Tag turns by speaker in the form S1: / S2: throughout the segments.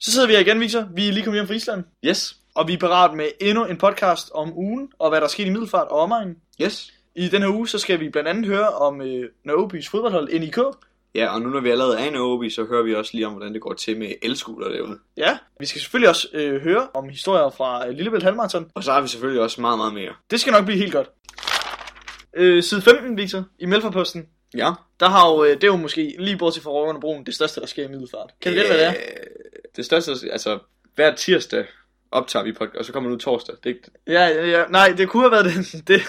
S1: Så sidder vi her igen, Victor. Vi er lige kommet hjem fra Island.
S2: Yes,
S1: Og vi er parat med endnu en podcast om ugen, og hvad der er sket i Middelfart og omegn.
S2: yes.
S1: I den her uge, så skal vi blandt andet høre om øh, Nørrebys fodboldhold NIK.
S2: Ja, og nu når vi allerede er en OB, så hører vi også lige om, hvordan det går til med elskuler derude.
S1: Ja, vi skal selvfølgelig også øh, høre om historier fra øh, Lillebælt Halmarathon.
S2: Og så har vi selvfølgelig også meget, meget mere.
S1: Det skal nok blive helt godt. Øh, side 15, Victor, i Melforposten.
S2: Ja.
S1: Der har jo, øh, det er jo måske lige bortset fra Røverne Broen, det største, der sker i Middelfart. Kan du gætte, hvad det er?
S2: er? Øh, Det største, altså hver tirsdag optager vi podcast, og så kommer nu torsdag. Det er ikke...
S1: Ja, ja, ja, nej, det kunne have været det. det. det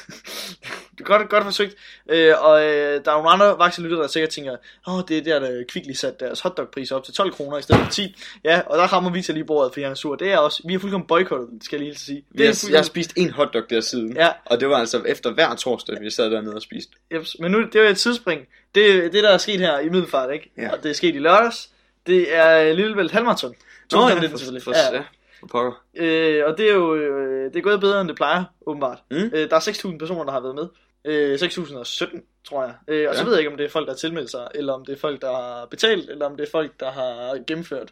S1: er godt, godt forsøgt. Øh, og øh, der er nogle andre vakse lytter, der sikkert tænker, åh, det er der, der Kvickly satte deres hotdogpriser op til 12 kroner i stedet for 10. Ja, og der rammer vi til lige bordet, fordi han er sur. Det er også, vi har fuldkommen boykottet, den, skal jeg lige hilse at sige.
S2: Vi
S1: Det er
S2: har, jeg
S1: fuldkommen,
S2: har spist en hotdog der siden.
S1: ja,
S2: Og det var altså efter hver torsdag, vi sad dernede og spiste.
S1: jeps. men nu, det er jo et tidsspring. Det, det, der er sket her i Middelfart, ikke?
S2: Ja.
S1: Og det er sket i lørdags. Det er Lillebælt Halmarathon.
S2: for,
S1: 2019
S2: for,
S1: selvfølgelig.
S2: ja. for pokker.
S1: Øh, og det er jo øh, det er gået bedre, end det plejer, åbenbart.
S2: Mm.
S1: Øh, der er 6.000 personer, der har været med. Øh, 6.017, tror jeg. Øh, og så
S2: Ja.
S1: ved jeg ikke, om det er folk, der har tilmeldt sig, eller om det er folk, der har betalt, eller om det er folk, der har gennemført.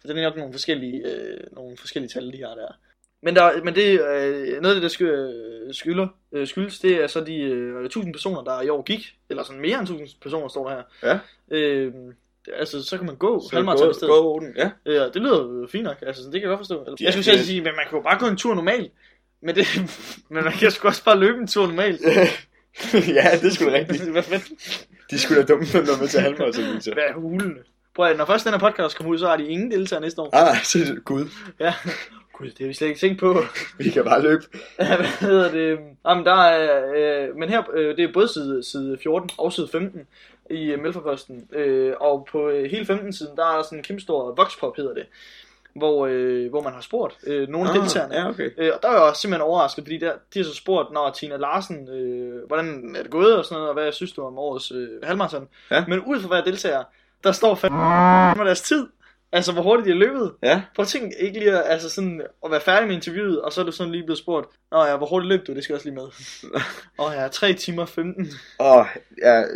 S1: For det er nok nogle forskellige, øh, nogle forskellige tal, de har der. Men, der, men det, øh, noget af det, der sky, øh, skylder, øh, skyldes, det er så de øh, 1.000 personer, der i år gik. Eller sådan mere end 1.000 personer, står der her.
S2: Ja.
S1: Øh, altså, så kan man gå
S2: Så
S1: halvmarathon i
S2: gå,
S1: stedet.
S2: gå, Oden. ja.
S1: Ja, Øh, det lyder jo fint nok, altså det kan jeg godt forstå. Eller,
S2: Ja,
S1: jeg skulle selv
S2: det-
S1: sige, men man kan jo bare gå en tur normalt. Men, det, men man kan sgu også bare løbe en tur normalt.
S2: ja, det er sgu da rigtigt.
S1: Hvad fanden?
S2: De skulle da dumme, når man til halvmarathon, Victor.
S1: Hvad er hulene? Prøv at, når først den her podcast kommer ud, så har de ingen deltagere næste år.
S2: Ah, så gud.
S1: Ja. Gud, det har vi slet ikke tænkt på.
S2: Vi kan bare løbe.
S1: Hvad hedder det? Jamen, der er, øh, men her, øh, det er både side, side 14 og side 15 i øh, Mælferposten. Øh, og på øh, hele 15-siden, der er der sådan en kæmpe stor voxpop, hedder det. Hvor, øh, hvor man har spurgt øh, nogle af deltagerne.
S2: Ah, ja, okay.
S1: Øh, og der var jeg også simpelthen overrasket, fordi der, de har så spurgt, når Tina Larsen, øh, hvordan er det gået og sådan noget, og hvad synes du om årets øh, halvmarathon?
S2: Ja.
S1: Men ud fra hver deltager, der står fandme deres tid. Altså, hvor hurtigt de har løbet.
S2: Ja.
S1: Prøv at tænke, ikke lige at, altså sådan, at være færdig med interviewet, og så er du sådan lige blevet spurgt, Nå ja, hvor hurtigt løb du? Det skal jeg også lige med. Åh ja, 3 timer 15.
S2: Åh, jeg,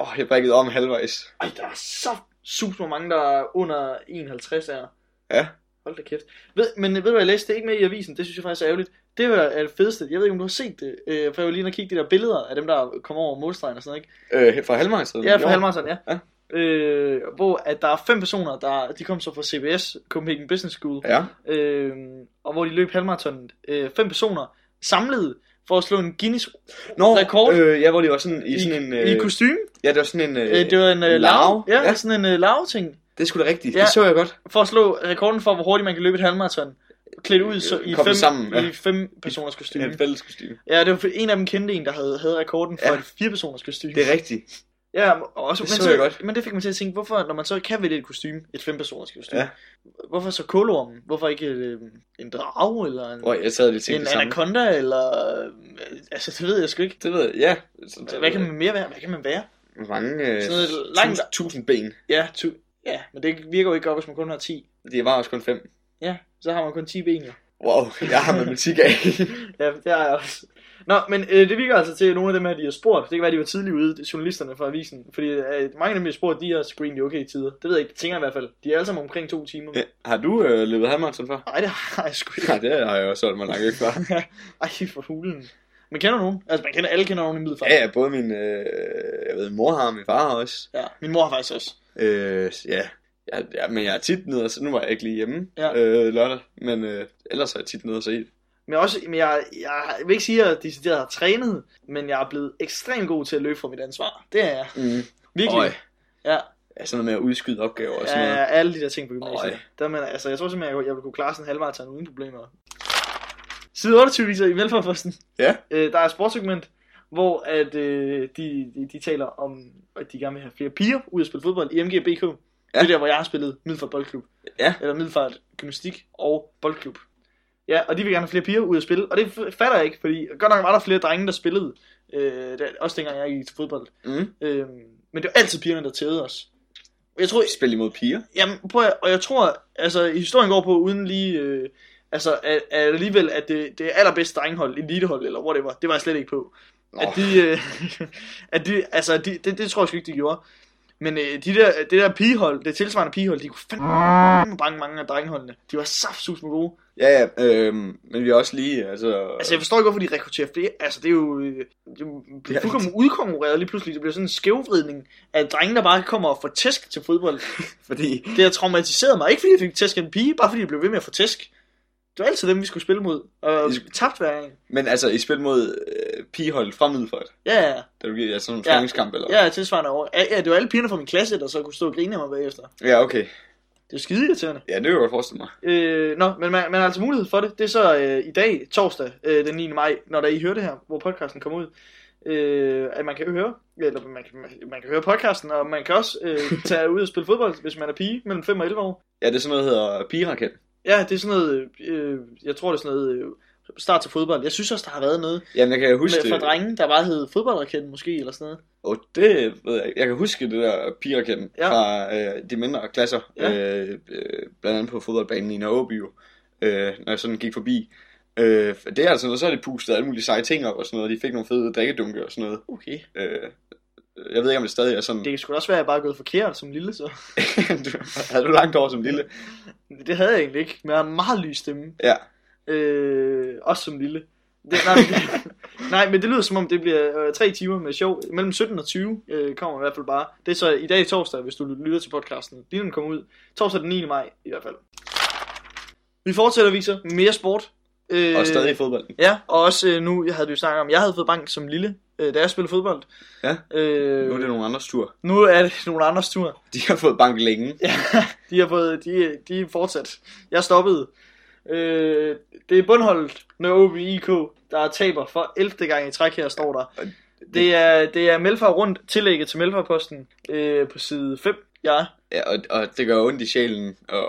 S2: åh, jeg brækkede om halvvejs.
S1: Ej, der er så super mange, der er under 51 er.
S2: Ja.
S1: Hold da kæft. Ved, men ved du hvad, jeg læste det er ikke med i avisen, det synes jeg faktisk er ærgerligt. Det var er det fedeste, jeg ved ikke om du har set det, øh, for jeg var lige inde og kigge de der billeder af dem, der kommer over målstregen og sådan noget, ikke?
S2: Øh, fra halvmarathon?
S1: Ja, fra halvmarathon, ja.
S2: Ja.
S1: Øh, hvor at der er fem personer, der de kom så fra CBS, Copenhagen Business School,
S2: Ja.
S1: øh, og hvor de løb halvmaratonen. Øh, fem personer samlet for at slå en Guinness
S2: Nå,
S1: Rekord.
S2: Øh, ja, hvor det var sådan i,
S1: i,
S2: sådan en... øh,
S1: i kostume.
S2: ja, det var sådan en...
S1: Øh, det var en øh, lav,
S2: lav,
S1: ja, ja,
S2: ja.
S1: sådan en øh, lav-ting.
S2: Det er sgu da rigtigt.
S1: Ja.
S2: Det så jeg godt.
S1: for at slå rekorden for, hvor hurtigt man kan løbe et halvmarathon. Klædt ud så i,
S2: Kom
S1: fem,
S2: sammen, ja.
S1: i fem personers kostume.
S2: fælles kostume.
S1: Ja, det var for- en af dem kendte en, der havde, havde rekorden for ja.
S2: Ja.
S1: et fire personers kostume.
S2: Det er rigtigt.
S1: Ja, og også,
S2: Det
S1: men,
S2: så jeg godt.
S1: men det fik mig til at tænke, hvorfor, når man så kan vælge et kostume, et fem personers kostume,
S2: Ja.
S1: hvorfor så kolormen? Hvorfor ikke øh, en drage, eller en,
S2: Åh, jeg sad lige og tænkte
S1: en
S2: det samme.
S1: anaconda, eller... øh, Altså, det ved jeg sgu ikke. Altså,
S2: Det ved jeg, ja. Så,
S1: Hvad kan man mere være? Hvad kan man være?
S2: Hvor Mange... Øh,
S1: Sådan et
S2: tus-
S1: langt-
S2: Tusind ben.
S1: Ja, tu, ja, men det virker jo ikke godt, hvis man kun har 10.
S2: Det var også kun fem.
S1: Ja, så har man kun 10 ben, jo.
S2: Wow, jeg har matematik af.
S1: Ja, det har jeg også. Nå, men øh, det virker altså til, at nogle af dem her, de har spurgt, det kan være, de var tidligt ude, journalisterne fra avisen, fordi øh, mange af dem, de har spurgt, de har screenet i okay tider. Det ved jeg ikke, det tænker jeg i hvert fald. De er alle sammen omkring to timer.
S2: ja. Har du øh, løbet halvmarathon før?
S1: Nej, det har jeg sgu ikke.
S2: Nej, det har jeg også solgt mig langt ikke før.
S1: Ej, for hulen. Men kender du nogen? Altså, man kender, alle kender nogen i middelfart.
S2: Ja, ja, både min, øh, jeg ved, mor har, og min far har også.
S1: ja. Min mor har faktisk også.
S2: Øh, ja. Ja, ja, men jeg er tit nede, og så nu var jeg ikke lige hjemme
S1: Ja.
S2: ja. øh, lørdag, men øh, ellers er jeg tit nede og se det.
S1: Men, også, men jeg, jeg vil ikke sige, at jeg decideret har trænet, men jeg er blevet ekstremt god til at løbe fra mit ansvar. Det er jeg.
S2: Mm.
S1: Virkelig.
S2: Øj.
S1: Ja.
S2: Ja, sådan noget med at udskyde opgaver og
S1: Ja,
S2: sådan
S1: ja,
S2: noget.
S1: alle de der ting på gymnasiet.
S2: Øj.
S1: Der, men, altså, jeg tror simpelthen, jeg, kunne- jeg ville kunne klare sådan en halvmarathon uden problemer. Side 28 viser i Velfærdsposten.
S2: Ja.
S1: Øh, der er et sportssegment, hvor at, øh, de, de, de, taler om, at de gerne vil have flere piger ud at spille fodbold i MGBK. Ja. Det er der, hvor jeg har spillet Middelfart Boldklub.
S2: Ja.
S1: Eller Middelfart Gymnastik og Boldklub. Ja, og de vil gerne have flere piger ud at spille. Og det f- fatter jeg ikke, fordi godt nok var der flere drenge, der spillede. Øh, der, også dengang jeg gik til fodbold.
S2: Mm.
S1: Øh, men det var altid pigerne, der tævede os. Jeg tror,
S2: Spil imod piger.
S1: Jamen, prøv at, og jeg tror, altså, historien går på uden lige, øh, altså, at, at alligevel, at det, det allerbedste drengehold, elitehold, eller whatever, det var jeg slet ikke på.
S2: Nå,
S1: At de, øh, at de altså, de, det, det tror jeg sgu ikke, de gjorde. Men øh, de der, det der pigehold, det tilsvarende pigehold, de kunne fandme bange mange af drengeholdene. De var saftsus med gode.
S2: Ja, ja, øh, men vi er også lige, altså...
S1: Altså, jeg forstår ikke, hvorfor de rekrutterer flere. Altså, det er jo... øh, Det er jo
S2: Ja.
S1: fuldkommen udkonkurreret lige pludselig. Det bliver sådan en skævvridning af drenge, der bare kommer og får tæsk til fodbold.
S2: fordi...
S1: Det har traumatiseret mig. Ikke fordi jeg fik tæsk af en pige, bare fordi jeg blev ved med at få tæsk. Det var altid dem, vi skulle spille mod. Og
S2: I-
S1: tabt hver gang.
S2: Men altså, I spil mod øh, pigeholdet fra Middelfart,
S1: Ja, ja.
S2: da du gik, altså sådan en
S1: Ja.
S2: træningskamp, eller?
S1: Ja, tilsvarende over. Ja, ja, det var alle pigerne fra min klasse, der så kunne stå og grine af mig bagefter.
S2: ja, okay.
S1: Det er skide irriterende.
S2: Ja, det kan jeg godt forestille mig.
S1: Øh, nå, men man, man har altså mulighed for det. Det er så øh, i dag, torsdag øh, den 9. maj, når der I hører det her, hvor podcasten kommer ud, øh, at man kan høre, eller man kan, man kan høre podcasten, og man kan også øh, tage ud og spille fodbold, hvis man er pige mellem 5 og 11 år.
S2: Ja, det er sådan noget, der hedder pigeraket.
S1: Ja, det er sådan noget, øh, jeg tror det er sådan noget, øh, start til fodbold. Jeg synes også, der har været noget
S2: Jamen, jeg kan huske
S1: med, fra
S2: det.
S1: drenge, der bare hed fodboldraketten måske, eller sådan noget.
S2: Åh, oh, det ved jeg ikke. Jeg kan huske det der pigeraketten
S1: Ja.
S2: ja. fra øh, de mindre klasser.
S1: Ja.
S2: Ja. Øh, øh, blandt andet på fodboldbanen i Nørreby, jo, øh, når jeg sådan gik forbi. Øh, for det er altså noget, så er det pustet alle mulige seje ting op og sådan noget. De fik nogle fede drikkedunke og sådan noget.
S1: Okay.
S2: Øh, jeg ved ikke, om det stadig er sådan.
S1: Det skulle også være, at jeg bare er gået forkert som lille, så.
S2: du, havde du langt over som lille?
S1: Det havde jeg egentlig ikke, men jeg har en meget lys stemme.
S2: Ja.
S1: Øh, også som lille. Det, nej, men- nej, men det lyder som om, det bliver øh, tre timer med sjov. Mellem 17 og 20 øh, kommer i hvert fald bare. Det er så i dag torsdag, hvis du lytter til podcasten. Lige når den kommer ud. Torsdag den 9. maj i hvert fald. Vi fortsætter, Victor. Mere sport. Øh,
S2: Og stadig i fodbolden.
S1: Ja, og også øh, nu jeg havde vi jo snakket om, jeg havde fået bank som lille, øh, da jeg spillede fodbold.
S2: Ja.
S1: Øh,
S2: Nu er det nogle andres tur.
S1: nu er det nogle andres tur.
S2: De har fået bank længe.
S1: Ja, de har fået, de, de er fortsat. Jeg stoppede. Øh, det er bundholdet med OB IK, der taber for 11. gang i træk her, står der. Det er, det er Melfar rundt, tillægget til Melfarposten øh, på side 5. Ja,
S2: Ja, og, og det gør ondt i sjælen at, at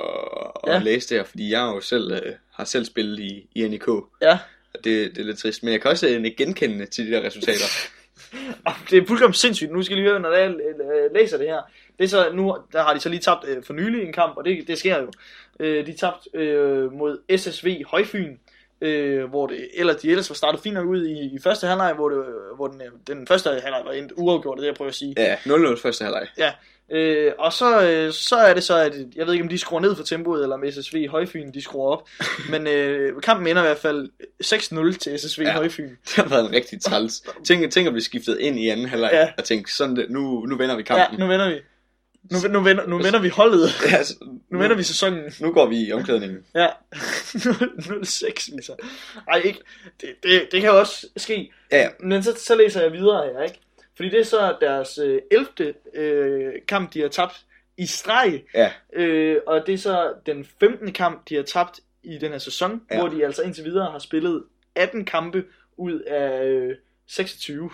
S1: Ja.
S2: ja. læse det her, fordi jeg jo selv øh, har selv spillet i, i NIK.
S1: Ja.
S2: Og det, det er lidt trist, men jeg kan også øh, ikke genkende til de der resultater.
S1: Og Ah, det er fuldkommen sindssygt. Nu skal I lige høre, når jeg øh, læser det her. Det er så, nu der har de så lige tabt øh, for nylig en kamp, og det, det sker jo. Øh, de tabte øh, mod SSV Højfyn, øh, hvor det, eller de ellers var startet fint nok ud i, i første halvleg, hvor, det, hvor den, øh, den første halvleg var endt uafgjort, det er det, jeg prøver at sige.
S2: ja, 0-0 første halvleg.
S1: Øh, og så, øh, så er det så, at jeg ved ikke, om de skruer ned for tempoet, eller om SSV Højfyn de skruer op. Men øh, kampen ender i hvert fald 6-0 til SSV ja.
S2: Ja.
S1: Højfyn.
S2: Det har været en rigtig træls. Tænk, tænk at blive skiftet ind i anden halvleg
S1: Ja.
S2: ja. og tænke, sådan det, nu, nu vinder vi
S1: Ja,
S2: kampen.
S1: nu vender vi. Nu, nu, vender, nu vender vi holdet.
S2: Ja, altså,
S1: Nu vender vi sæsonen.
S2: nu går vi i omklædningen.
S1: Ja. 06, viser. Ej, ikke. Det, det, det kan jo også ske.
S2: Ja, ja.
S1: Men så, så læser jeg videre her, ikke? Fordi det er så deres øh, 11. Øh, kamp, de har tabt i streg.
S2: Ja.
S1: Øh, og det er så den 15. kamp, de har tabt i den her sæson. Ja.
S2: Ja.
S1: Hvor de altså indtil videre har spillet 18 kampe ud af øh, 26.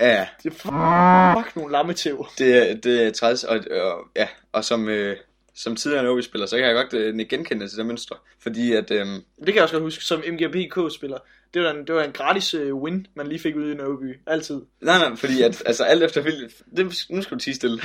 S2: ja.
S1: Det er fuck, fuck nogle lammetæv.
S2: Det, er- det er træls, og, og, ja, og som, øh, som tidligere OB-spiller, så kan jeg godt øh, genkende til det mønster. Fordi at, øh,
S1: Det kan jeg også godt huske, som MGPK-spiller. Det var, en, det var en gratis øh, win, man lige fik ude i Nørreby. Altid.
S2: Nej, nej, fordi at, altså alt efter vil, det, nu skal du tige stille.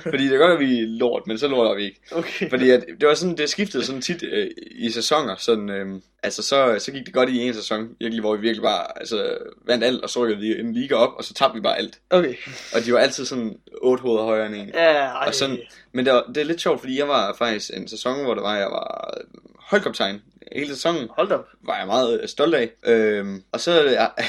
S2: fordi det kan godt, at vi er lort, men så lorter vi ikke.
S1: Okay.
S2: Fordi at, det var sådan, det skiftede sådan tit øh, i sæsoner, sådan, øh, altså så, så gik det godt i en sæson, virkelig, hvor vi virkelig bare, altså vandt alt, og så rykkede vi en liga op, og så tabte vi bare alt.
S1: Okay.
S2: Og de var altid sådan otte hoveder højere end en.
S1: Ja, ej.
S2: Og sådan- Men det, var, det er lidt sjovt, fordi jeg var faktisk en sæson, hvor det var, jeg var holdkaptajn hele sæsonen
S1: Hold da op.
S2: var jeg meget øh, stolt af. Øhm, og så er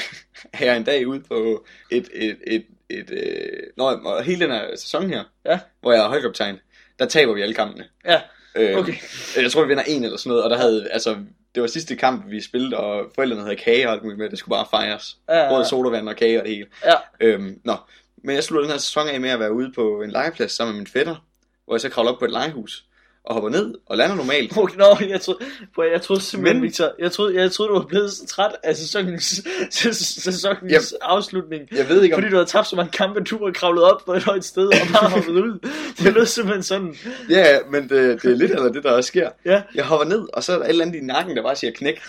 S2: er jeg en dag ude på et... et, et, et øh, nå, og hele den her sæson her,
S1: Ja.
S2: hvor jeg er højkaptajn, der taber vi alle kampene.
S1: Ja,
S2: Øhm,
S1: okay.
S2: Jeg tror, vi vinder en eller sådan noget, og der havde... Altså, det var sidste kamp, vi spillede, og forældrene havde kage og alt muligt med. Det skulle bare fejres.
S1: Ja,
S2: Rød sodavand og kage og det hele.
S1: Ja.
S2: Øhm, nå. Men jeg slutter den her sæson af med at være ude på en legeplads sammen med min fætter, hvor jeg så kravler op på et legehus og hopper ned og lander normalt.
S1: Okay, nå, jeg troede, prøv, at- jeg troede simpelthen,
S2: Men-
S1: Men... Victor, jeg troede, jeg troede, du var blevet så træt af sæsonens, sæs- sæsonens yep. afslutning.
S2: Jeg ved ikke, om
S1: Fordi du havde tabt så mange kampe, du var kravlet op på et højt sted og bare hoppet ud. Det lød simpelthen sådan.
S2: Ja, ja, men det, det er lidt eller det, der også sker.
S1: Ja.
S2: Jeg hopper ned, og så er der et eller andet i nakken, der bare siger knæk.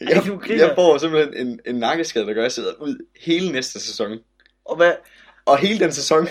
S2: Jeg,
S1: du griner.
S2: jeg får simpelthen en, en nakkeskade, der gør, at jeg sidder ud hele næste sæson.
S1: Og hvad?
S2: Og hele den sæson,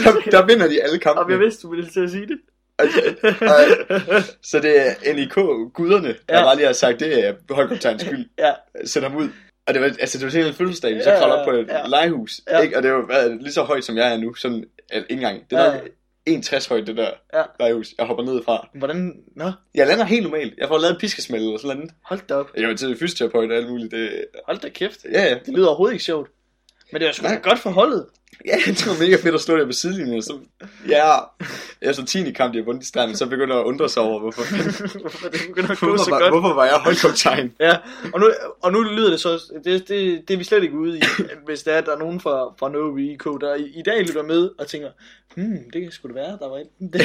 S2: der, der vinder de alle
S1: Og jeg
S2: kampene.
S1: vidste, du ville til at sige det.
S2: Altså, så det er NIK-guderne, der
S1: Ja.
S2: bare lige har sagt, det er holdkaptajens skyld.
S1: Ja.
S2: Send ham ud. Og det var, altså, det var sådan en fødselsdag, vi så ja, kravlede op på et
S1: ja.
S2: ja. legehus,
S1: Ja.
S2: ja. ikke? Og det var hvad, er det, lige så højt, som jeg er nu, sådan, at ikke engang, det er nok 1,60 højt, det der
S1: Ja.
S2: ja. legehus, jeg hopper ned fra.
S1: Hvordan? Nå,
S2: Jeg lander helt normalt, jeg får lavet en piskesmæld eller sådan noget.
S1: hold da op.
S2: Jeg var til fysioterapeut og alt muligt, det,
S1: Hold da kæft.
S2: ja, ja.
S1: Det lyder overhovedet ikke sjovt. Men det var sgu da
S2: Nej.
S1: godt for holdet.
S2: Ja, det var mega fedt at stå der på sidelinjen, og så, ja, efter 10. kamp, de har vundet i stranden, så begynder jeg at undre sig over, hvorfor,
S1: Hvorfor det begynder at gå så
S2: hvorfor, var,
S1: godt.
S2: hvorfor var jeg holdkaptajn?
S1: Ja, og nu, og nu lyder det så, det, det, det er vi slet ikke ude i, hvis der er, at der er nogen fra, fra Novi IK, der i, i dag lytter med og tænker, hmm, det kan sgu da være, der var et. Det,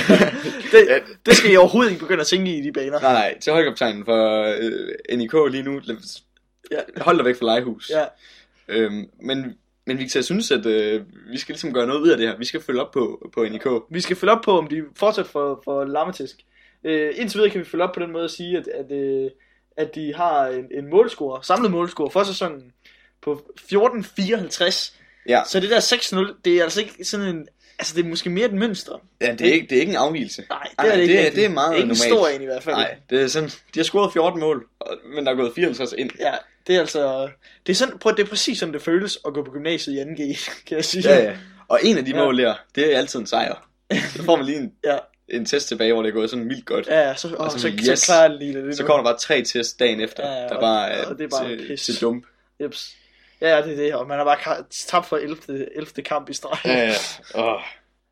S2: Ja.
S1: det, det skal jeg overhovedet ikke begynde at tænke i i de baner.
S2: Nej, nej, til holdkaptajnen for øh, NIK lige nu, lad-
S1: Ja.
S2: hold dig væk fra legehus.
S1: Ja,
S2: Øhm, men, men Victor, jeg synes, at øh, vi skal ligesom gøre noget ud af det her. Vi skal følge op på, på NIK.
S1: vi skal følge op på, om de fortsat for, for lammetisk. Øh, indtil videre kan vi følge op på den måde at sige, at, at, øh, at de har en, en målscore, samlet målscore for sæsonen på 14.54.
S2: Ja.
S1: Så det der 6-0, det er altså ikke sådan en, altså det er måske mere et mønster.
S2: Ja, det er ikke, det er ikke en afvielse.
S1: Nej, det
S2: Ej,
S1: er det ikke.
S2: det er-
S1: rigtigt.
S2: det er meget
S1: ikke en
S2: normalt.
S1: stor en i hvert fald.
S2: Nej, det er sådan, de har scoret 14 mål, og- men der er gået 54 ind.
S1: Ja, det er altså... Det er, sådan, prøv, at- det er præcis sådan, det føles at gå på gymnasiet i 2G, kan jeg sige.
S2: Ja, ja. Og en af de
S1: Ja.
S2: mål der, det er altid en sejr. Så får man lige en,
S1: Ja.
S2: en test tilbage, hvor det er gået sådan vildt godt.
S1: ja så, og
S2: Og
S1: så,
S2: så-
S1: så,
S2: Altså, yes.
S1: så klarer det lige det.
S2: Så kommer der bare tre test dagen efter,
S1: Ja, ja,
S2: der
S1: og-
S2: bare øh,
S1: og det er bare
S2: til,
S1: pis.
S2: til dump.
S1: Jeps. Ja, ja, det er det. Og man har bare ka- tabt for 11. 11. kamp i streg.
S2: Ja, ja. Oh.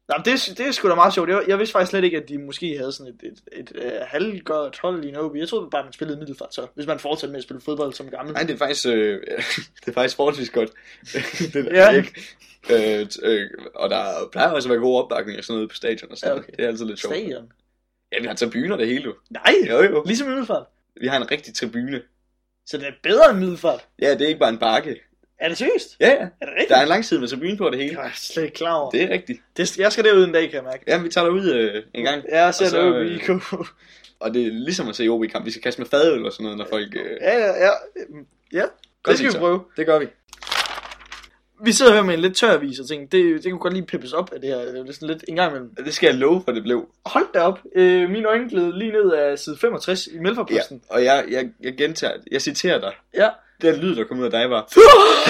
S1: Nå, men det, er- det er sgu da meget sjovt. Jeg, jeg vidste faktisk slet ikke, at de måske havde sådan et, et, et, et uh, halvgodt hold i Nobi. Jeg troede bare, man spillede middelfart så, hvis man fortsatte med at spille fodbold som gammel.
S2: Nej, det er faktisk, øh, det er faktisk forholdsvis godt. det er det
S1: Ja.
S2: ikke. Øh, t- øh, og der plejer også at være god opbakning og sådan noget på stadion og sådan
S1: Ja,
S2: noget.
S1: okay.
S2: Det er altid lidt sjovt.
S1: Stadion.
S2: Ja, vi har tribuner det hele jo.
S1: Nej,
S2: Jo jo.
S1: ligesom middelfart.
S2: Vi har en rigtig tribune.
S1: Så det er bedre end middelfart.
S2: Ja, det er ikke bare en bakke.
S1: Er det seriøst?
S2: Ja, ja.
S1: Er det rigtigt?
S2: Der er en langside med tribune på og det hele.
S1: Jeg er slet ikke klar over.
S2: Det er rigtigt.
S1: Det, jeg skal derud en dag, kan jeg mærke.
S2: Ja, vi tager derud øh, en gang.
S1: Ja, jeg ser
S2: Og så,
S1: det i
S2: øh,
S1: IK.
S2: Og det er ligesom at se OB-kamp. Vi skal kaste med fadøl og sådan noget, når folk... Øh,
S1: ja, ja, ja. Ja,
S2: Godt,
S1: det skal vi
S2: Victor.
S1: prøve.
S2: det gør vi.
S1: Vi sidder her med en lidt tør avis og tænker, det, det kunne godt lige peppes op af det her. Det er sådan lidt en gang imellem.
S2: Og det skal jeg love for, det blev.
S1: Hold da op. Øh, mine øjne gled lige ned af side 65 i
S2: Ja.
S1: Melforposten.
S2: Og jeg, jeg, jeg gentager, jeg citerer dig.
S1: Ja. ja.
S2: Den lyd, der kom ud af dig, var...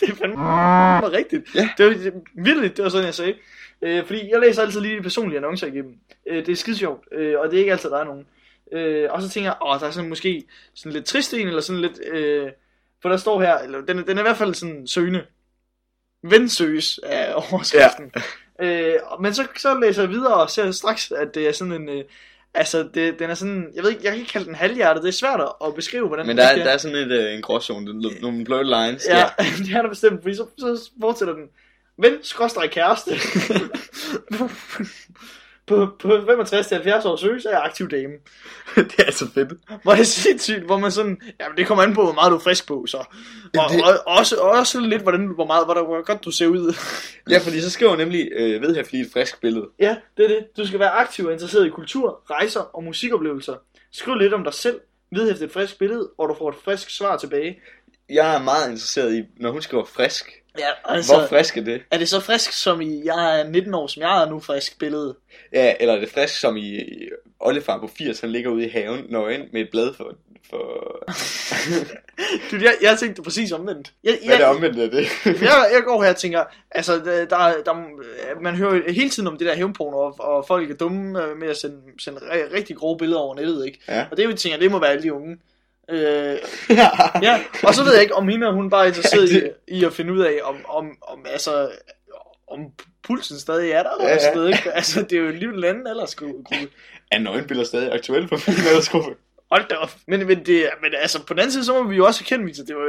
S1: det er fandme rigtigt.
S2: Ja.
S1: Det var det- virkelig, det var sådan, jeg sagde. Øh, fordi jeg læser altid lige de personlige annoncer igennem. Øh, det er skide sjovt, øh, og det er ikke altid, der er nogen. Øh, og så tænker jeg, åh, der er sådan måske sådan lidt trist en, eller sådan lidt... Øh, for der står her, eller den, er- den er i hvert fald sådan søgende. Ven søges af overskriften. Ja. Øh, og- men så, så læser jeg videre og ser straks, at det er sådan en... Øh, altså, det, den er sådan... Jeg ved ikke, jeg kan ikke kalde den halvhjertet. Det er svært at- at beskrive, hvordan
S2: Men
S1: den
S2: der er,
S1: rigtig
S2: der er sådan lidt, øh, en gråzone, den- nogle blurred lines.
S1: Ja,
S2: der.
S1: det er der bestemt, fordi så, så fortsætter den. Ven, skråstrej kæreste. på, på 65 til 70 år søges er jeg aktiv dame.
S2: det er altså fedt.
S1: Hvor det er sindssygt, hvor man sådan, jamen det kommer an på, hvor meget du er frisk på, så. Og,
S2: Jamen, det-
S1: og også, også lidt, hvordan, hvor, meget, hvor, hvor godt du ser ud.
S2: Ja, fordi så skriver jeg nemlig, øh, ved her, fordi et frisk billede.
S1: ja, det er det. Du skal være aktiv og interesseret i kultur, rejser og musikoplevelser. Skriv lidt om dig selv, vedhæft et frisk billede, og du får et frisk svar tilbage.
S2: Jeg er meget interesseret i, når hun skriver frisk.
S1: Ja, altså,
S2: Hvor frisk er det?
S1: er det så frisk, som i, jeg er 19 år, som jeg er nu frisk billede?
S2: Ja, eller er det frisk, som i i Ollefar på 80, han ligger ude i haven nøgen med et blad for... for...
S1: Du, jeg, jeg tænkte præcis omvendt. Jeg,
S2: Hvad er det
S1: jeg,
S2: omvendt af det?
S1: jeg, jeg går her og tænker, altså, der, der, der- man hører jo hele tiden om det der hævnporno, og, og folk er dumme øh, med at sende, sende ri- rigtig grove billeder over nettet, ikke?
S2: Ja.
S1: Og det er jo, jeg tænker, det må være alle de unge. Øh, ja, og så ved jeg ikke, om hende hun bare er interesseret
S2: Ja, det-
S1: i, i at finde ud af, om, om, om, altså, om pulsen stadig er der,
S2: Ja,
S1: ja,
S2: ja.
S1: ja. Ikke? Altså, det er jo en lille anden aldersgruppe.
S2: Er nøgenbilleder stadig aktuelle på min aldersgruppe?
S1: Hold da op. Men, men, det, men altså, på den anden side, så må vi jo også erkende, Victor, det var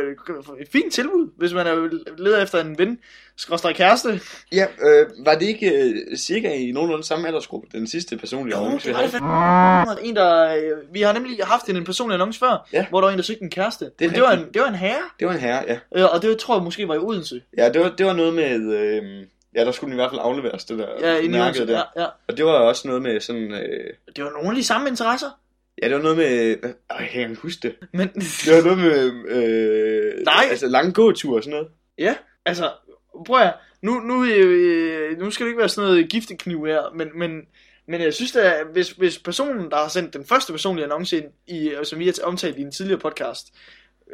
S1: et, et fint tilbud, hvis man er leder efter en ven, skråstrej kæreste.
S2: Ja, øh, var det ikke øh, cirka i nogenlunde samme aldersgruppe, den sidste personlige
S1: Jo,
S2: annonce,
S1: det
S2: vi
S1: var det
S2: havde?
S1: fandme. En, der, øh, vi har nemlig haft en, en personlig annonce før,
S2: Ja.
S1: hvor der var en, der søgte en kæreste. Det,
S2: er
S1: men det, var,
S2: rigtigt.
S1: en, det var en herre,
S2: Det var en herre, ja.
S1: øh, og det tror jeg måske var i Odense.
S2: Ja, det var, det var noget med... Øh, ja, der skulle den i hvert fald afleveres, det der
S1: Ja, i Odense.
S2: mærket der.
S1: Ja, ja.
S2: Og det var også noget med sådan... Øh,
S1: Det var nogle af de samme interesser.
S2: ja, det var noget med... Øh, jeg kan ikke huske det.
S1: Men
S2: Det var noget med... Øh,
S1: Nej.
S2: Altså lange gåture og sådan noget.
S1: altså, prøv at, høre, nu, nu, øh, nu skal det ikke være sådan noget giftekniv her, men, men, men jeg synes da, hvis, hvis personen, der har sendt den første personlige annonce ind, i, som vi har omtalt i en tidligere podcast,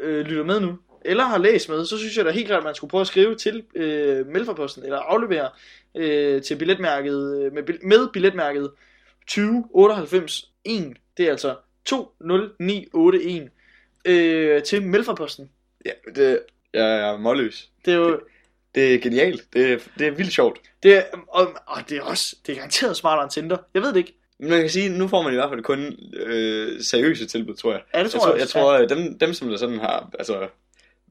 S1: øh, lytter med nu, eller har læst med, så synes jeg da helt klart, at man skulle prøve at skrive til øh, Melforposten, eller aflevere øh, til billetmærket, øh, med, bil- med billetmærket 20981. Det er altså 20981 øh, til Melforposten.
S2: Ja, det, jeg er målløs.
S1: Det er jo,
S2: Det er genialt. Det er, det er vildt sjovt.
S1: det er, og, og det er også, det er garanteret smartere end Tinder. Jeg ved det ikke.
S2: Men man kan sige, nu får man i hvert fald kun øh, seriøse tilbud, tror jeg.
S1: Ja, det
S2: Jeg
S1: tror
S2: tror,
S1: jeg.
S2: jeg tror at dem, dem, som der sådan har, altså,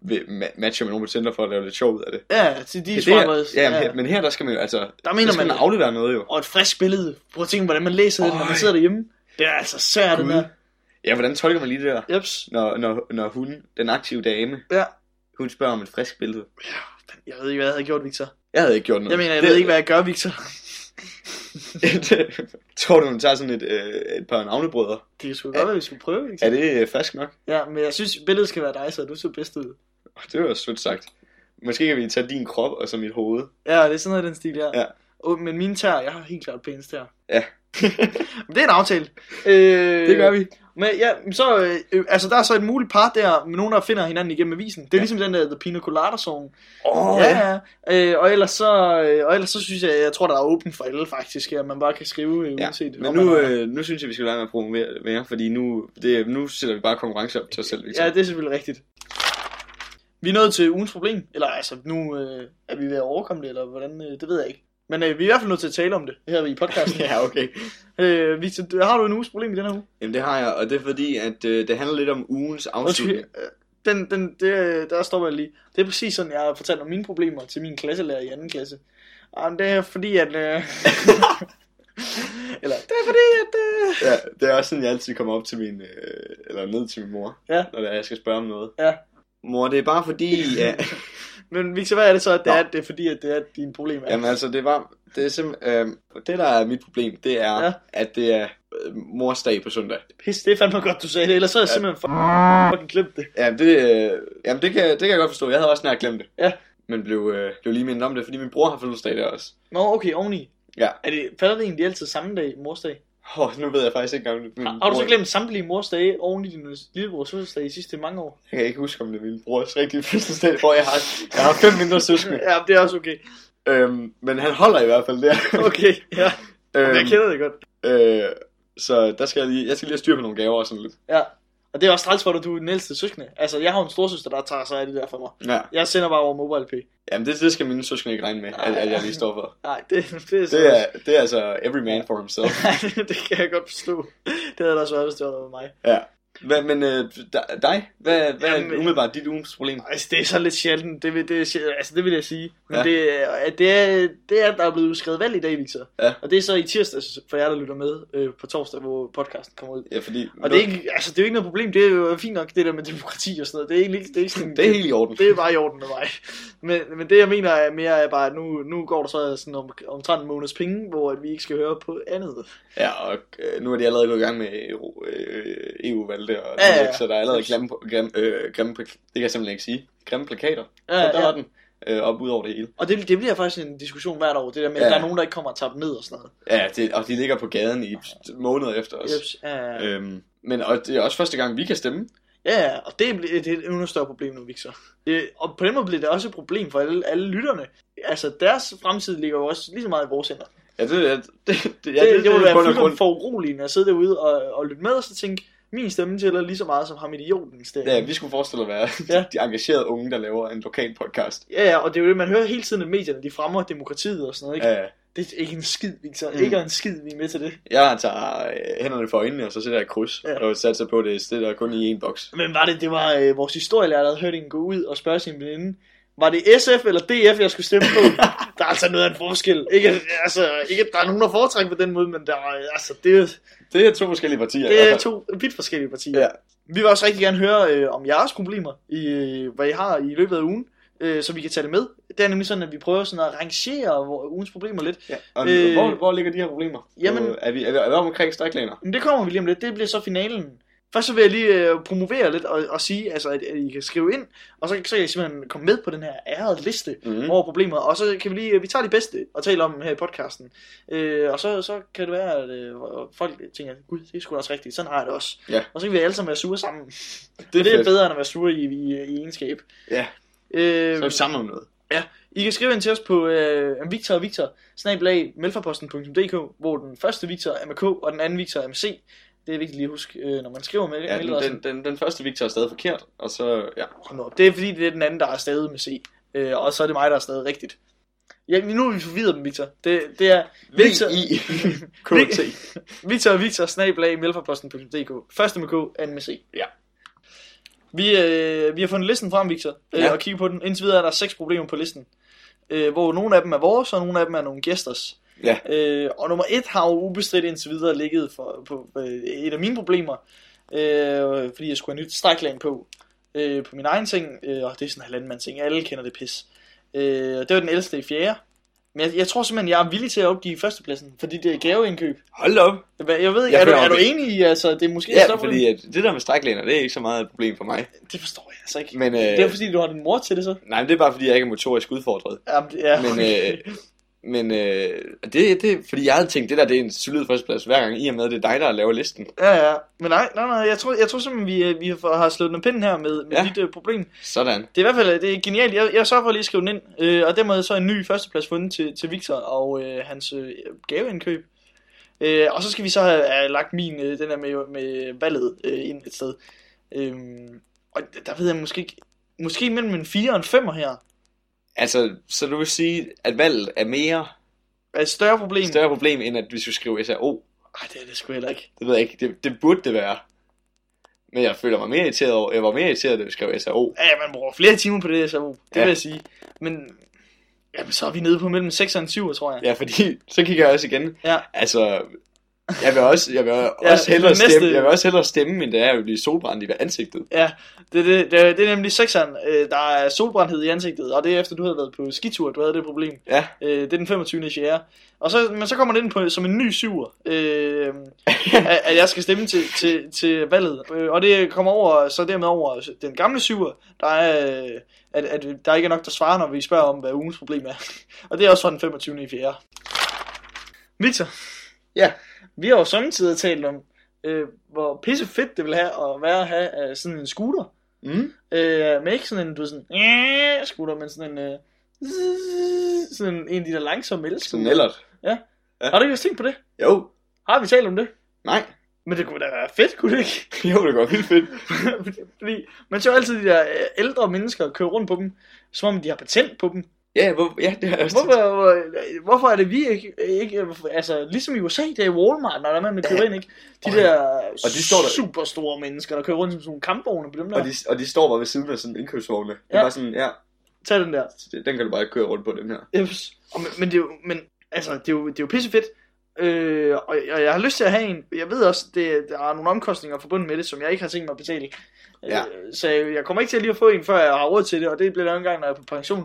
S2: vil ma- matcher med nogen på Tinder for at lave lidt sjov ud af det.
S1: Ja, til de
S2: Ja,
S1: ja,
S2: det er,
S1: svarede,
S2: ja, men her- men her, der skal man jo, altså,
S1: Der
S2: der
S1: mener
S2: skal
S1: man,
S2: man aflevere noget jo.
S1: og et frisk billede. Prøv at tænke, hvordan man læser det, når
S2: Øj.
S1: man sidder derhjemme. Det er altså svært, den
S2: Gud.
S1: der.
S2: Ja, hvordan tolker man lige det der,
S1: Jeps.
S2: når, når, når hun, den aktive dame,
S1: Ja.
S2: hun spørger om et frisk billede?
S1: Jeg ved ikke, hvad jeg havde gjort, Victor.
S2: Jeg havde ikke gjort noget.
S1: Jeg mener, jeg ved ikke, hvad jeg gør, Victor.
S2: det, tror du, hun tager sådan et, øh, et par navnebrødre?
S1: Det skulle godt være, vi skulle prøve, Victor.
S2: Er det øh, frisk nok?
S1: Ja, men jeg synes, billedet skal være dig, så du ser bedst ud.
S2: Åh, Det var sødt sagt. Måske kan vi tage din krop og så mit hoved.
S1: Ja, det er sådan noget i den stil, ja.
S2: Ja.
S1: Oh, men mine tær, jeg har helt klart pænest tær.
S2: Ja.
S1: Men det er en aftale. Øh,
S2: Det gør vi.
S1: Men ja, men så, øh, øh, altså der er så et muligt par der, med nogen der finder hinanden igennem avisen. Det er
S2: Ja.
S1: ja. ligesom den der The Pina Colada song.
S2: Åh, oh, ja.
S1: Ja, ja. Øh, og, ellers så, øh, og ellers så synes jeg, jeg tror, der er åben for alle faktisk, at man bare kan skrive øh,
S2: Ja,
S1: uanset.
S2: Men
S1: om
S2: nu,
S1: man er-
S2: øh, nu synes jeg, vi skal lade med at promovere mere, fordi nu, det, nu sætter vi bare konkurrence op til os selv. Victor.
S1: ja, det er selvfølgelig rigtigt. Vi er nået til ugens problem, eller altså nu øh, er vi ved at overkomme det, eller hvordan, øh, det ved jeg ikke. Men øh, vi er i hvert fald nødt til at tale om det her i podcasten.
S2: ja, okay.
S1: øh, Victor, har du en uges problem i den her uge?
S2: Jamen det har jeg, og det er fordi, at øh, det handler lidt om ugens afslutning.
S1: Undskyld. øh, Den, den, det, øh, der stopper jeg lige. Det er præcis sådan, jeg har fortalt om mine problemer til min klasselærer i anden klasse. Og det er fordi, at... Øh... eller, det er fordi, at... Øh...
S2: Ja, det er også sådan, jeg altid kommer op til min, øh, eller ned til min mor,
S1: Ja.
S2: når det er, jeg skal spørge om noget.
S1: Ja.
S2: Mor, det er bare fordi, ja,
S1: Men Victor, hvad er det så, at det
S2: Nå.
S1: er, det er fordi, at det er dine problemer?
S2: Jamen altså, det var, det er simpelthen, øh, det der er mit problem, det er, ja.
S1: Ja.
S2: at det er øh, morsdag på søndag.
S1: Pis, det er fandme godt, du sagde det, ellers så havde jeg simpelthen fucking glemt det.
S2: Ja, det, øh, jamen det kan, det kan jeg godt forstå, jeg havde også nær glemt det.
S1: Ja.
S2: Men blev, øh, blev lige mindet om det, fordi min bror har fødselsdag der også.
S1: Nå, okay, oveni.
S2: Ja.
S1: Er det, falder det egentlig altid samme dag, morsdag?
S2: Åh, oh, nu ved jeg faktisk ikke engang, min
S1: Har, har du så
S2: bror-
S1: glemt samtlige morsdage oven i din lillebrors fødselsdag i sidste mange år?
S2: Jeg kan ikke huske, om det er min brors rigtige fødselsdag, hvor jeg har, jeg har fem mindre søskende.
S1: Ja, det er også okay.
S2: Øhm, men han holder i hvert fald der.
S1: Okay, ja. Øhm. Jeg
S2: øhm,
S1: kender det godt.
S2: øh, så der skal jeg lige, jeg skal lige have styr på nogle gaver og sådan lidt.
S1: Ja. Og det er også træls for dig, du er den ældste søskende. Altså, jeg har jo en storsøster, der tager sig af det der for mig.
S2: Ja.
S1: Jeg sender bare over MobilePay.
S2: Jamen det, det skal mine søskende ikke regne med, at, at jeg lige står for.
S1: Nej, det, det er så...
S2: Det er, det er altså every man for himself.
S1: det kan jeg godt forstå. Det havde da også været, hvis det var med mig.
S2: Hvad, men øh, d- dig? Hvad, hvad er
S1: Jamen, øh,
S2: umiddelbart dit ugens problem?
S1: Altså, det er så lidt sjældent, det vil, det, er sjældent. altså, det vil jeg sige. Men ja.
S2: Ja.
S1: det, er- at det, er, det er, at der er blevet udskrevet valg i dag, Victor.
S2: Ja.
S1: Og det er så i tirsdags, for jer, der lytter med øh, på torsdag, hvor podcasten kommer ud.
S2: Ja, fordi...
S1: Og det er, ikke, altså, det er jo ikke noget problem, det er jo fint nok, det der med demokrati og sådan noget. Det er, egentlig, ikke- det er, ikke sådan,
S2: det er helt i orden.
S1: det er bare i orden med mig. Men, men det jeg mener er mere er bare, at nu, nu går der så sådan om, omtrent en måneds penge, hvor at vi ikke skal høre på andet.
S2: Ja, og øh, nu er de allerede gået i gang med Euro- øh, EU-valgte, og
S1: Ja, ja,
S2: ja,
S1: ja.
S2: så der er allerede grimme, grimme, øh, grimme, pla- det kan jeg simpelthen ikke sige, grimme plakater.
S1: Ja,
S2: Ja, der var
S1: ja.
S2: den øh, op ud over det hele.
S1: Og det, det bliver faktisk en diskussion hvert år, det der med,
S2: Ja.
S1: at der er nogen, der ikke kommer og tager dem ned og sådan noget.
S2: Ja, det, og de ligger på gaden i måneder efter os.
S1: Jeps, ja, ja. ja.
S2: Øhm, men og det er også første gang, vi kan stemme.
S1: Ja, ja, og det er bl- et, et endnu større problem nu, Victor. Det, og på den måde bliver det også et problem for alle, alle lytterne. Altså, deres fremtid ligger jo også lige så meget i vores hænder.
S2: Ja, det, det, det, det,
S1: Ja, det, det, det
S2: er
S1: vil
S2: i bund
S1: være
S2: og
S1: fuldkommen
S2: grund-
S1: for uroligende at sidde derude og, og lytte med og så tænke, min stemme tæller lige så meget som ham idioten stemme.
S2: Ja, vi skulle forestille at være ja.
S1: Ja.
S2: de engagerede unge, der laver en lokal podcast.
S1: Ja, ja, og det er jo det, man hører hele tiden, at medierne de fremmer demokratiet og sådan noget, ikke? Ja.
S2: Ja,
S1: Det er ikke en skid, Victor.
S2: Mm.
S1: Mm. Ikke en skid, vi er med til det.
S2: jeg tager øh, hænderne for øjnene, og så sætter jeg et kryds,
S1: Ja.
S2: og satser på, at det stiller kun i en boks.
S1: Men var det, det var øh, vores historielærer, der havde hørt en gå ud og spørge sin veninde, var det SF eller DF, jeg skulle stemme på? der er altså noget af en forskel. Ikke, at- altså, ikke at der er nogen, der foretrækker på den måde, men der er, altså, det, er-
S2: Det er to forskellige partier. i
S1: det er
S2: hvert fald.
S1: to vidt forskellige partier.
S2: altså. Ja.
S1: Vi vil også rigtig gerne høre øh, om jeres problemer, i, øh, hvad I har i løbet af ugen, øh, så vi kan tage det med. Det er nemlig sådan, at vi prøver sådan at rangere hvor- ugens problemer lidt.
S2: Ja. Og
S1: Øh,
S2: hvor, hvor ligger de her problemer?
S1: jamen-
S2: Øh, er, vi, er, vi, er vi omkring stræklaner?
S1: Men det kommer vi lige om lidt. Det bliver så finalen. Først så vil jeg lige øh, promovere lidt og, og sige, altså, at, at I kan skrive ind, og så, så kan I simpelthen komme med på den her ærede liste
S2: Mm.
S1: mm. over problemer. Og så kan vi lige, øh, vi tager de bedste og taler om dem her i podcasten. Øh, og så, så kan det være, at øh, folk tænker, gud, det er sgu da også rigtigt, sådan har jeg det også.
S2: Ja.
S1: Og så kan vi alle sammen være sure sammen.
S2: Det er
S1: Det er
S2: fedt.
S1: bedre end at være sure i, i, i egenskab.
S2: Ja.
S1: Øh,
S2: Så er vi sammen om noget.
S1: i kan skrive ind til os på øh, Victor og Victor, snablag, melforposten.dk, hvor den første Victor er med K, og den anden Victor er med C. Det er vigtigt lige at huske, øh, når man skriver med
S2: Ja,
S1: ja,
S2: den, den, den, den første Victor er stadig forkert, og så, ja.
S1: Det er fordi, det er den anden, der er stadig med C, øh, og så er det mig, der er stadig rigtigt. Ja, nu er vi forvirret dem, Victor. Det, det er Victor,
S2: V-I-K-T.
S1: Victor og Victor, snablag, melforposten.dk, første med K, anden med C.
S2: Ja.
S1: Vi, øh, vi har fundet listen frem, Victor, øh,
S2: Ja.
S1: og kigget på den. Indtil videre er der seks problemer på listen, øh, hvor nogle af dem er vores, og nogle af dem er nogle gæsters.
S2: Ja.
S1: Øh, og nummer et har jo ubestridt indtil videre ligget for, på øh, et af mine problemer, øh, fordi jeg skulle have nyt stræklag på, øh, på min egen ting, øh, og det er sådan en halvanden mands ting, alle kender det pis. Øh, og det var den ældste i fjerde. Men jeg, jeg tror simpelthen, jeg er villig til at opgive førstepladsen, fordi det er gaveindkøb.
S2: Hold op.
S1: Hvad- Jeg ved ikke,
S2: Jeg
S1: er, du,
S2: føler
S1: er du
S2: også-
S1: enig i, altså, det er måske
S2: Ja,
S1: et stort
S2: fordi at det der med stræklæner, det er ikke så meget et problem for mig.
S1: problem? Det forstår jeg altså ikke.
S2: Men, øh,
S1: Det er fordi, du har din mor til det så?
S2: Nej, men det er bare fordi, jeg ikke er motorisk udfordret.
S1: Jamen, det er...
S2: Men, øh, men øh, det, det, fordi jeg havde tænkt, det der det er en solid førsteplads hver gang, i og med, at det er dig, der laver listen.
S1: Ja, ja. Men nej, nej, nej, jeg tror, jeg tror simpelthen, vi, øh, vi har fået- har slået den pind her med, med
S2: Ja.
S1: ja. dit øh, problem.
S2: Sådan.
S1: Det er i hvert fald øh, det er genialt. Jeg, jeg sørger for lige at skrive den ind. Øh, og dermed så en ny førsteplads fundet til, til Victor og øh, hans øh, gaveindkøb. Øh, og så skal vi så have, have lagt min, øh, den der med, med valget øh, ind et sted. Øh, og der ved jeg måske ikke, måske mellem en 4 og en 5 her.
S2: Altså, så du vil sige, at valget er mere
S1: Er et større problem.
S2: et større problem, end at vi skulle skrive SAO.
S1: Ej, det er det sgu heller ikke.
S2: Det ved jeg ikke. Det, det burde det være. Men jeg føler mig mere irriteret over, jeg var mere irriteret, da vi skrev SAO.
S1: Ja, man bruger flere timer på det, så det
S2: Ja.
S1: ja. vil jeg sige. Men jamen, så er vi nede på mellem 6 og en 7, tror jeg.
S2: Ja, fordi så kigger jeg også igen.
S1: Ja.
S2: Altså, jeg vil også, jeg vil
S1: Ja,
S2: også hellere
S1: næste-
S2: stemme, jeg vil også hellere stemme, end det er, at jeg bliver solbrændt i ansigtet.
S1: Ja, det, er det, det, er- det er nemlig sekseren, øh, der er solbrændhed i ansigtet, og det er efter, du havde været på skitur, du havde det problem.
S2: Ja.
S1: Øh, det er den 25. i 4. Og så, men så kommer det ind på, som en ny syver, øh, at, at jeg skal stemme til, til, til valget. Øh, og det kommer over, så dermed over den gamle syver, der er, øh, at, at der ikke er nok, der svarer, når vi spørger om, hvad ugens problem er. Og det er også fra den 25. i 4. Victor.
S2: Ja.
S1: Vi har jo samtidig talt om, øh, hvor pisse fedt det vil have at være at have øh, sådan en scooter.
S2: Mm.
S1: Øh, men ikke sådan en, du ved, sådan, "Æh", scooter, men sådan en, øh, zzz, sådan en, en af de der langsomme
S2: Sådan
S1: elskutter.
S2: ellers.
S1: Har du ikke også tænkt på det?
S2: Jo.
S1: Har vi talt om det?
S2: Nej.
S1: Men det kunne da være fedt, kunne det ikke?
S2: Jo, det går vildt fedt.
S1: Fordi man ser jo altid de der øh, ældre mennesker køre rundt på dem, som om de har patent på dem.
S2: Ja, hvor, ja det har jeg også tænkt.
S1: Hvorfor, hvor, øh, hvorfor er det vi ikke, ikke øh, hvorfor- altså ligesom i USA, det er i Walmart, når der er man køber ind, ikke? De
S2: Ja.
S1: der,
S2: Og de står der-
S1: super store mennesker, der kører rundt som sådan nogle kampvogne på dem der.
S2: Og de, og de står bare ved siden af sådan en indkøbsvogne. Ja. Det er
S1: Ja.
S2: bare sådan, ja,
S1: Tag den der.
S2: den kan du bare køre rundt på, den her.
S1: Eps. Og, men, men, det er jo, men altså, det er jo, det er jo pissefedt. Øh, og, og jeg har lyst til at have en. Jeg ved også, det, der er nogle omkostninger forbundet med det, som jeg ikke har tænkt mig at betale.
S2: Ja.
S1: Øh, så jeg, jeg kommer ikke til lige at få en, før jeg har råd til det, og det bliver der jo engang, når jeg er på pension.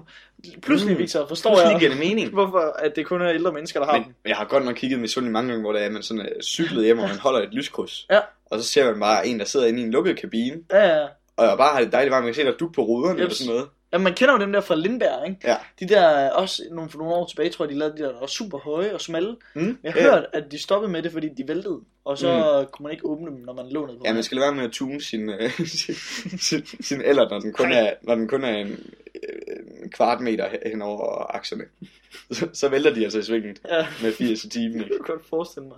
S1: Pludselig,
S2: Mm.
S1: mm. Victor, forstår
S2: Pludselig
S1: jeg,
S2: giver det mening.
S1: hvorfor at det kun er ældre mennesker, der har dem.
S2: Men jeg har godt nok kigget med sundt mange gange, hvor der er, at man sådan er cyklet hjem, og man holder et lyskryds.
S1: Ja.
S2: Og så ser man bare en, der sidder inde i en lukket kabine,
S1: Ja, ja.
S2: og jeg bare har det dejligt varmt, man kan se, der er dug på ruderne
S1: Jeps.
S2: og sådan noget.
S1: Ja, man kender jo dem der fra Lindberg, ikke?
S2: Ja.
S1: De der, også nogle, for nogle år tilbage, tror jeg, de lavede de der, der var super høje og smalle.
S2: Mm?
S1: Jeg har
S2: ja. Mm.
S1: hørt, at de stoppede med det, fordi de væltede, og så kunne man ikke åbne dem, når man lå ned på
S2: Ja,
S1: dem.
S2: man skal lade være med at tune sin, øh, sin, sin, sin alder, når den kun
S1: Nej.
S2: er, når den kun er en, øh, en kvart meter hen- hen over akserne. Så, så vælter de altså i svingen
S1: Ja.
S2: med 80 i timen.
S1: Jeg kunne godt forestille mig,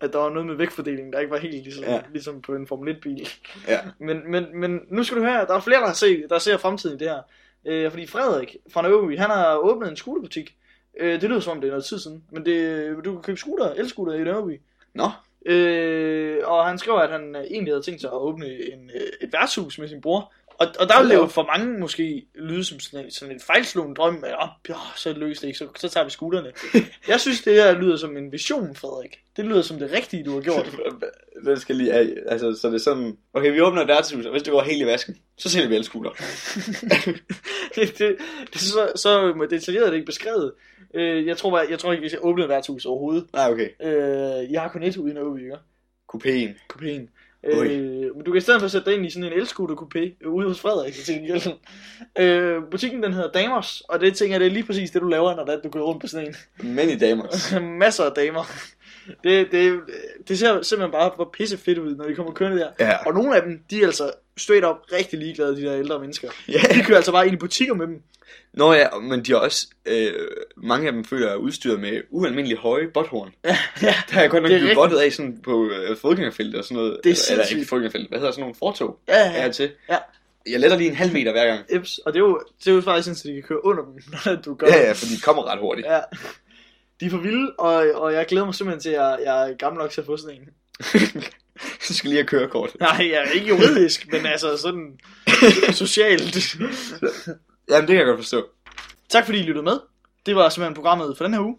S1: at der var noget med vægtfordelingen, der ikke var helt ligesom,
S2: Ja.
S1: ja. ligesom på en Formel 1-bil.
S2: Ja.
S1: Men, men, men nu skal du høre, der er flere, der, har set, der ser fremtiden i det her. Øh, fordi Frederik fra Nøvby, han har åbnet en scooterbutik. Øh, det lyder som om, det er noget tid siden, men det, du kan købe scooter, elskuter i Nøvby.
S2: Nå,
S1: Øh, og han skriver, at han øh, egentlig havde tænkt sig at åbne en, øh, et værtshus med sin bror. Og, og der vil det jo for mange måske lyde som sådan en, sådan en fejlslående drøm, at oh, så lykkes det ikke, så, så tager vi scooterne. Jeg synes, det her lyder som en vision, Frederik. Det lyder som det rigtige, du har gjort.
S2: Den skal lige af. Altså, så det er sådan... Okay, vi åbner et værtshus, og hvis det går helt i vasken, så sælger vi elskuler.
S1: det, det, det, så, så detaljeret er det ikke beskrevet. Øh, jeg, tror, bare- jeg tror ikke, vi skal åbne et værtshus overhovedet.
S2: Nej, okay.
S1: Øh, jeg har kun et ude i Nøvby, ikke?
S2: Kupéen.
S1: Kupéen.
S2: Ui.
S1: Øh, men du kan i stedet for sætte dig ind i sådan en elskuter coupé ude hos Frederik til gengæld. Øh, butikken den hedder Damers, og det tænker jeg, det er lige præcis det, du laver, når det er, du kører rundt på sådan en.
S2: Many damer.
S1: Masser af damer. Det, det, det ser simpelthen bare hvor pisse fedt ud, når de kommer kørende der.
S2: Ja.
S1: Og nogle af dem, de er altså straight up rigtig ligeglade, de der ældre mennesker.
S2: ja.
S1: De kører altså bare ind i butikker med dem.
S2: Nå ja, men de er også, øh, mange af dem føler jeg er udstyret med ualmindelig høje botthorn.
S1: Ja,
S2: Der er jeg godt nok
S1: Det er
S2: blevet
S1: rigtigt.
S2: bottet af sådan på øh, fodgængerfeltet og sådan noget.
S1: Det er
S2: eller, eller
S1: sindssygt.
S2: ikke fodgængerfeltet, hvad hedder sådan nogle fortog?
S1: ja,
S2: Ja.
S1: ja.
S2: Er til.
S1: Ja.
S2: Jeg letter lige en halv meter hver gang.
S1: Eps. Og det er jo, det er jo faktisk sådan, at de kan køre under dem, når du gør det.
S2: Ja, ja, for de kommer ret hurtigt.
S1: Ja. De er for vilde, og, og jeg glæder mig simpelthen til, at jeg, jeg er gammel nok til at få sådan en.
S2: Så skal lige have kørekort.
S1: Nej, jeg er ikke juridisk, men altså sådan socialt.
S2: Jamen, det kan jeg godt forstå.
S1: tak fordi I lyttede med. Det var simpelthen programmet for den her uge.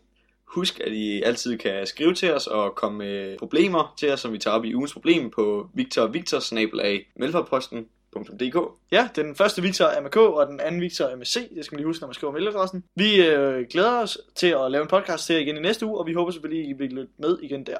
S2: Husk, at I altid kan skrive til os og komme med problemer til os, som vi tager op i ugens problem på victorvictor.melforposten.dk
S1: Ja, den første Victor er med K, og den anden Victor er med C. Det skal man lige huske, når man skriver mailadressen. Vi øh, glæder os til at lave en podcast til jer igen i næste uge, og vi håber selvfølgelig, at I vil lytte med igen der.